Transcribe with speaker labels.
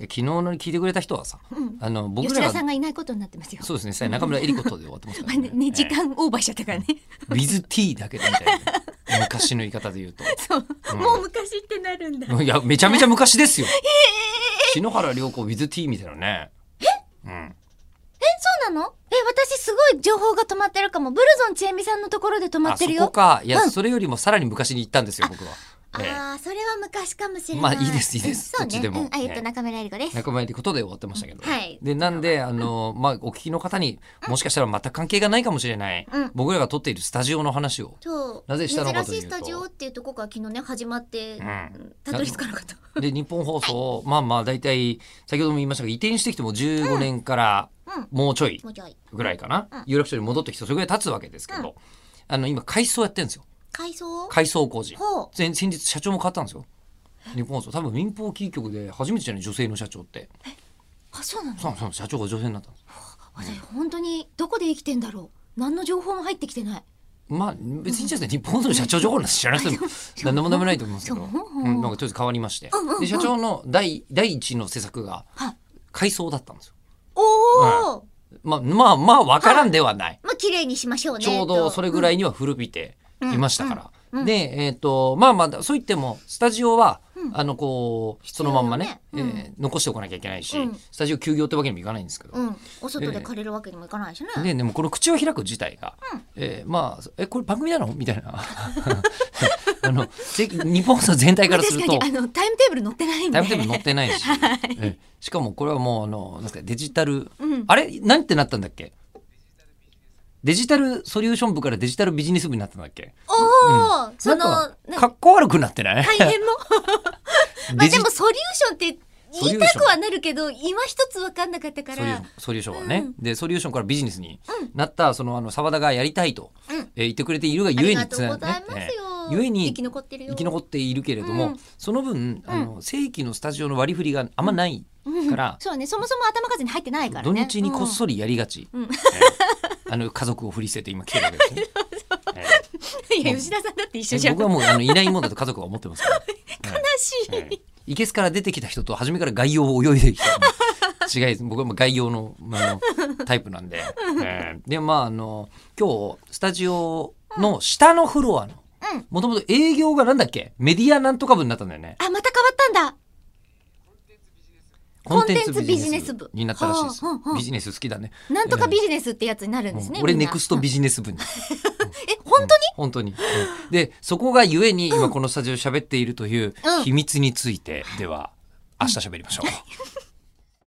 Speaker 1: え昨日の聞いてくれた人はさ、あの僕
Speaker 2: 吉田
Speaker 1: らが
Speaker 2: さんがいないことになってますよ。
Speaker 1: そうですねさ中村えり子とで終わってますか
Speaker 2: ま
Speaker 1: ら
Speaker 2: あ ね、ね時間オーバーしちゃったからね。
Speaker 1: ウィズ T だけでみたいな昔の言い方で言うと
Speaker 2: そう、もう昔ってなるんだ。
Speaker 1: いやめちゃめちゃ昔ですよ篠原涼子ウィズ T みたいなねうん
Speaker 3: え、そうなのえ、私すごい情報が止まってるかも。ブルゾンちえみさんのところで止ま
Speaker 1: あ
Speaker 3: って
Speaker 1: そ
Speaker 3: るよ。
Speaker 1: こかいや、
Speaker 3: うん
Speaker 1: それよりもさらに昔に行ったんですよ僕は、ええ
Speaker 3: ああ、それは昔かもしれない。
Speaker 1: まあいいですいいです
Speaker 3: そ
Speaker 1: ど
Speaker 3: う
Speaker 1: っち
Speaker 3: ね。
Speaker 1: でも
Speaker 3: うん、あ、えっ
Speaker 1: ええ
Speaker 3: と、中村えり子です。
Speaker 1: 仲間入りことで終わってましたけど、
Speaker 3: はい
Speaker 1: でなんであの、まあ、お聞きの方にもしかしたら全く関係がないかもしれない、
Speaker 3: うん
Speaker 1: 僕らが撮っているスタジオの話を
Speaker 3: そう。
Speaker 1: なぜしたのかというと
Speaker 3: 珍しいスタジオっていうところから昨日ね、始まって、
Speaker 1: ん
Speaker 3: たどり着かなかった。
Speaker 1: で日本放送、まあまあ大体先ほども言いましたが移転してきても15年から
Speaker 3: うん
Speaker 1: もうちょい
Speaker 3: もうちょい。
Speaker 1: ぐらいかな、
Speaker 3: うん
Speaker 1: 有楽町に戻ってきてそれぐらい経つわけですけど、あの今改装やってるんですよ
Speaker 3: 改装
Speaker 1: 改装工事
Speaker 3: ほう。
Speaker 1: 先先日社長も変わったんですよ日本放送多分民放キー局で初めてじゃない女性の社長って
Speaker 3: あ、そうなの
Speaker 1: そうそう社長が女性になったんです
Speaker 3: 私本当にどこで生きてんだろう。何の情報も入ってきてない。
Speaker 1: まあ別にですね、日本放送の社長情報なんて知らなくても 何でも何でもないと思いますけど、
Speaker 3: そう
Speaker 1: うん、なんかとりあえず変わりまして、
Speaker 3: うんうん
Speaker 1: で社長の第第一の施策が
Speaker 3: はい
Speaker 1: 改装だったんですよ。
Speaker 3: おお、
Speaker 1: まあまあまあ分からんではない、
Speaker 3: まあ綺麗にしましょうね。
Speaker 1: ちょうどそれぐ
Speaker 3: い。
Speaker 1: らいには古びていましたから。
Speaker 3: うんうん
Speaker 1: で、えっ、と、まあまあ、そう言っても、スタジオは、
Speaker 3: うん
Speaker 1: あの、こう、そのまんまね、
Speaker 3: 必要よね
Speaker 1: えー残しておかなきゃいけないし、
Speaker 3: うん
Speaker 1: スタジオ休業ってわけにもいかないんですけど。
Speaker 3: うん。お外で借りるわけにもいかないしね。
Speaker 1: ででもこの口を開く自体が、
Speaker 3: うん
Speaker 1: えーまあえこれ番組なのみたいな あのぜ日本放送全体
Speaker 2: ま
Speaker 1: か
Speaker 2: あ
Speaker 1: らす
Speaker 2: 確
Speaker 1: る
Speaker 2: か
Speaker 1: と
Speaker 2: にあのタイムテーブル載ってないんで。
Speaker 1: タイムテーブル載ってないし、ええしかもこれはもうあのなんですかデジタル、
Speaker 2: うん
Speaker 1: あれなんてなったんだっけデジタルソリューション部からデジタルビジネス部になったんだっけ
Speaker 3: お お、その
Speaker 1: なん
Speaker 3: な
Speaker 1: かかっこ悪くなってない、
Speaker 3: 大変も。まあ
Speaker 1: デジ
Speaker 3: でもソリューションって言いたくはなるけど、今一つ分かんなかったか
Speaker 1: ソリューシ
Speaker 3: ら
Speaker 1: ョン。ソリューションはね、
Speaker 3: うん
Speaker 1: でソリューションからビジネスになったそのあの澤田がやりたいと、
Speaker 3: うん
Speaker 1: えー言ってくれているが
Speaker 3: あ
Speaker 1: ゆえ
Speaker 3: り
Speaker 1: に
Speaker 3: がとうござい
Speaker 1: ね
Speaker 3: ま
Speaker 1: え
Speaker 3: すよ。
Speaker 1: えゆえに
Speaker 3: 生き残ってるよ。
Speaker 1: 生き残っているけれども、
Speaker 3: うん
Speaker 1: その分あの正規のスタジオの割り振りがあんまないから、
Speaker 3: そうね、そもそも頭数に入ってないから
Speaker 1: 土
Speaker 3: ね。
Speaker 1: 日にこっ
Speaker 3: り。
Speaker 1: そりやりがち、
Speaker 3: うん
Speaker 1: ええあの家族を振り捨てて今来てるわけです ね。ええ
Speaker 3: いや、吉田さんだって一緒じゃん。
Speaker 1: 僕
Speaker 3: 悲
Speaker 1: はもうあのいないもんだと家族は思ってますから、
Speaker 3: し
Speaker 1: ええいけすから出てきた人と初めから外洋を泳いで きた違いです僕はもう外洋のあのタイプなんで、ええでまああの今日スタジオの下のフロアの
Speaker 3: うん
Speaker 1: もともと営業がなんだっけメディアなんとか部になったんだよね
Speaker 3: い。あ、また変わったんだ。
Speaker 1: コ
Speaker 3: コ
Speaker 1: ン
Speaker 3: ン
Speaker 1: テ
Speaker 3: テ
Speaker 1: ン
Speaker 3: ン
Speaker 1: ツ
Speaker 3: ツ
Speaker 1: ビ
Speaker 3: ビ
Speaker 1: ジ
Speaker 3: ジ
Speaker 1: ネ
Speaker 3: ネ
Speaker 1: ス
Speaker 3: ス
Speaker 1: 部
Speaker 3: 部
Speaker 1: になったらしいです
Speaker 3: はあはあはあ
Speaker 1: ビジネス好きだね
Speaker 3: なんとかビジネスってやつになるんです
Speaker 1: も
Speaker 3: ね。
Speaker 1: う俺
Speaker 3: みん
Speaker 1: ネ
Speaker 3: な
Speaker 1: クストビジネス部に
Speaker 3: え、 本当に
Speaker 1: 本当に、うんでそこがゆえに今このスタジオで喋っているという
Speaker 3: うん
Speaker 1: 秘密についてでは明日喋りましょう、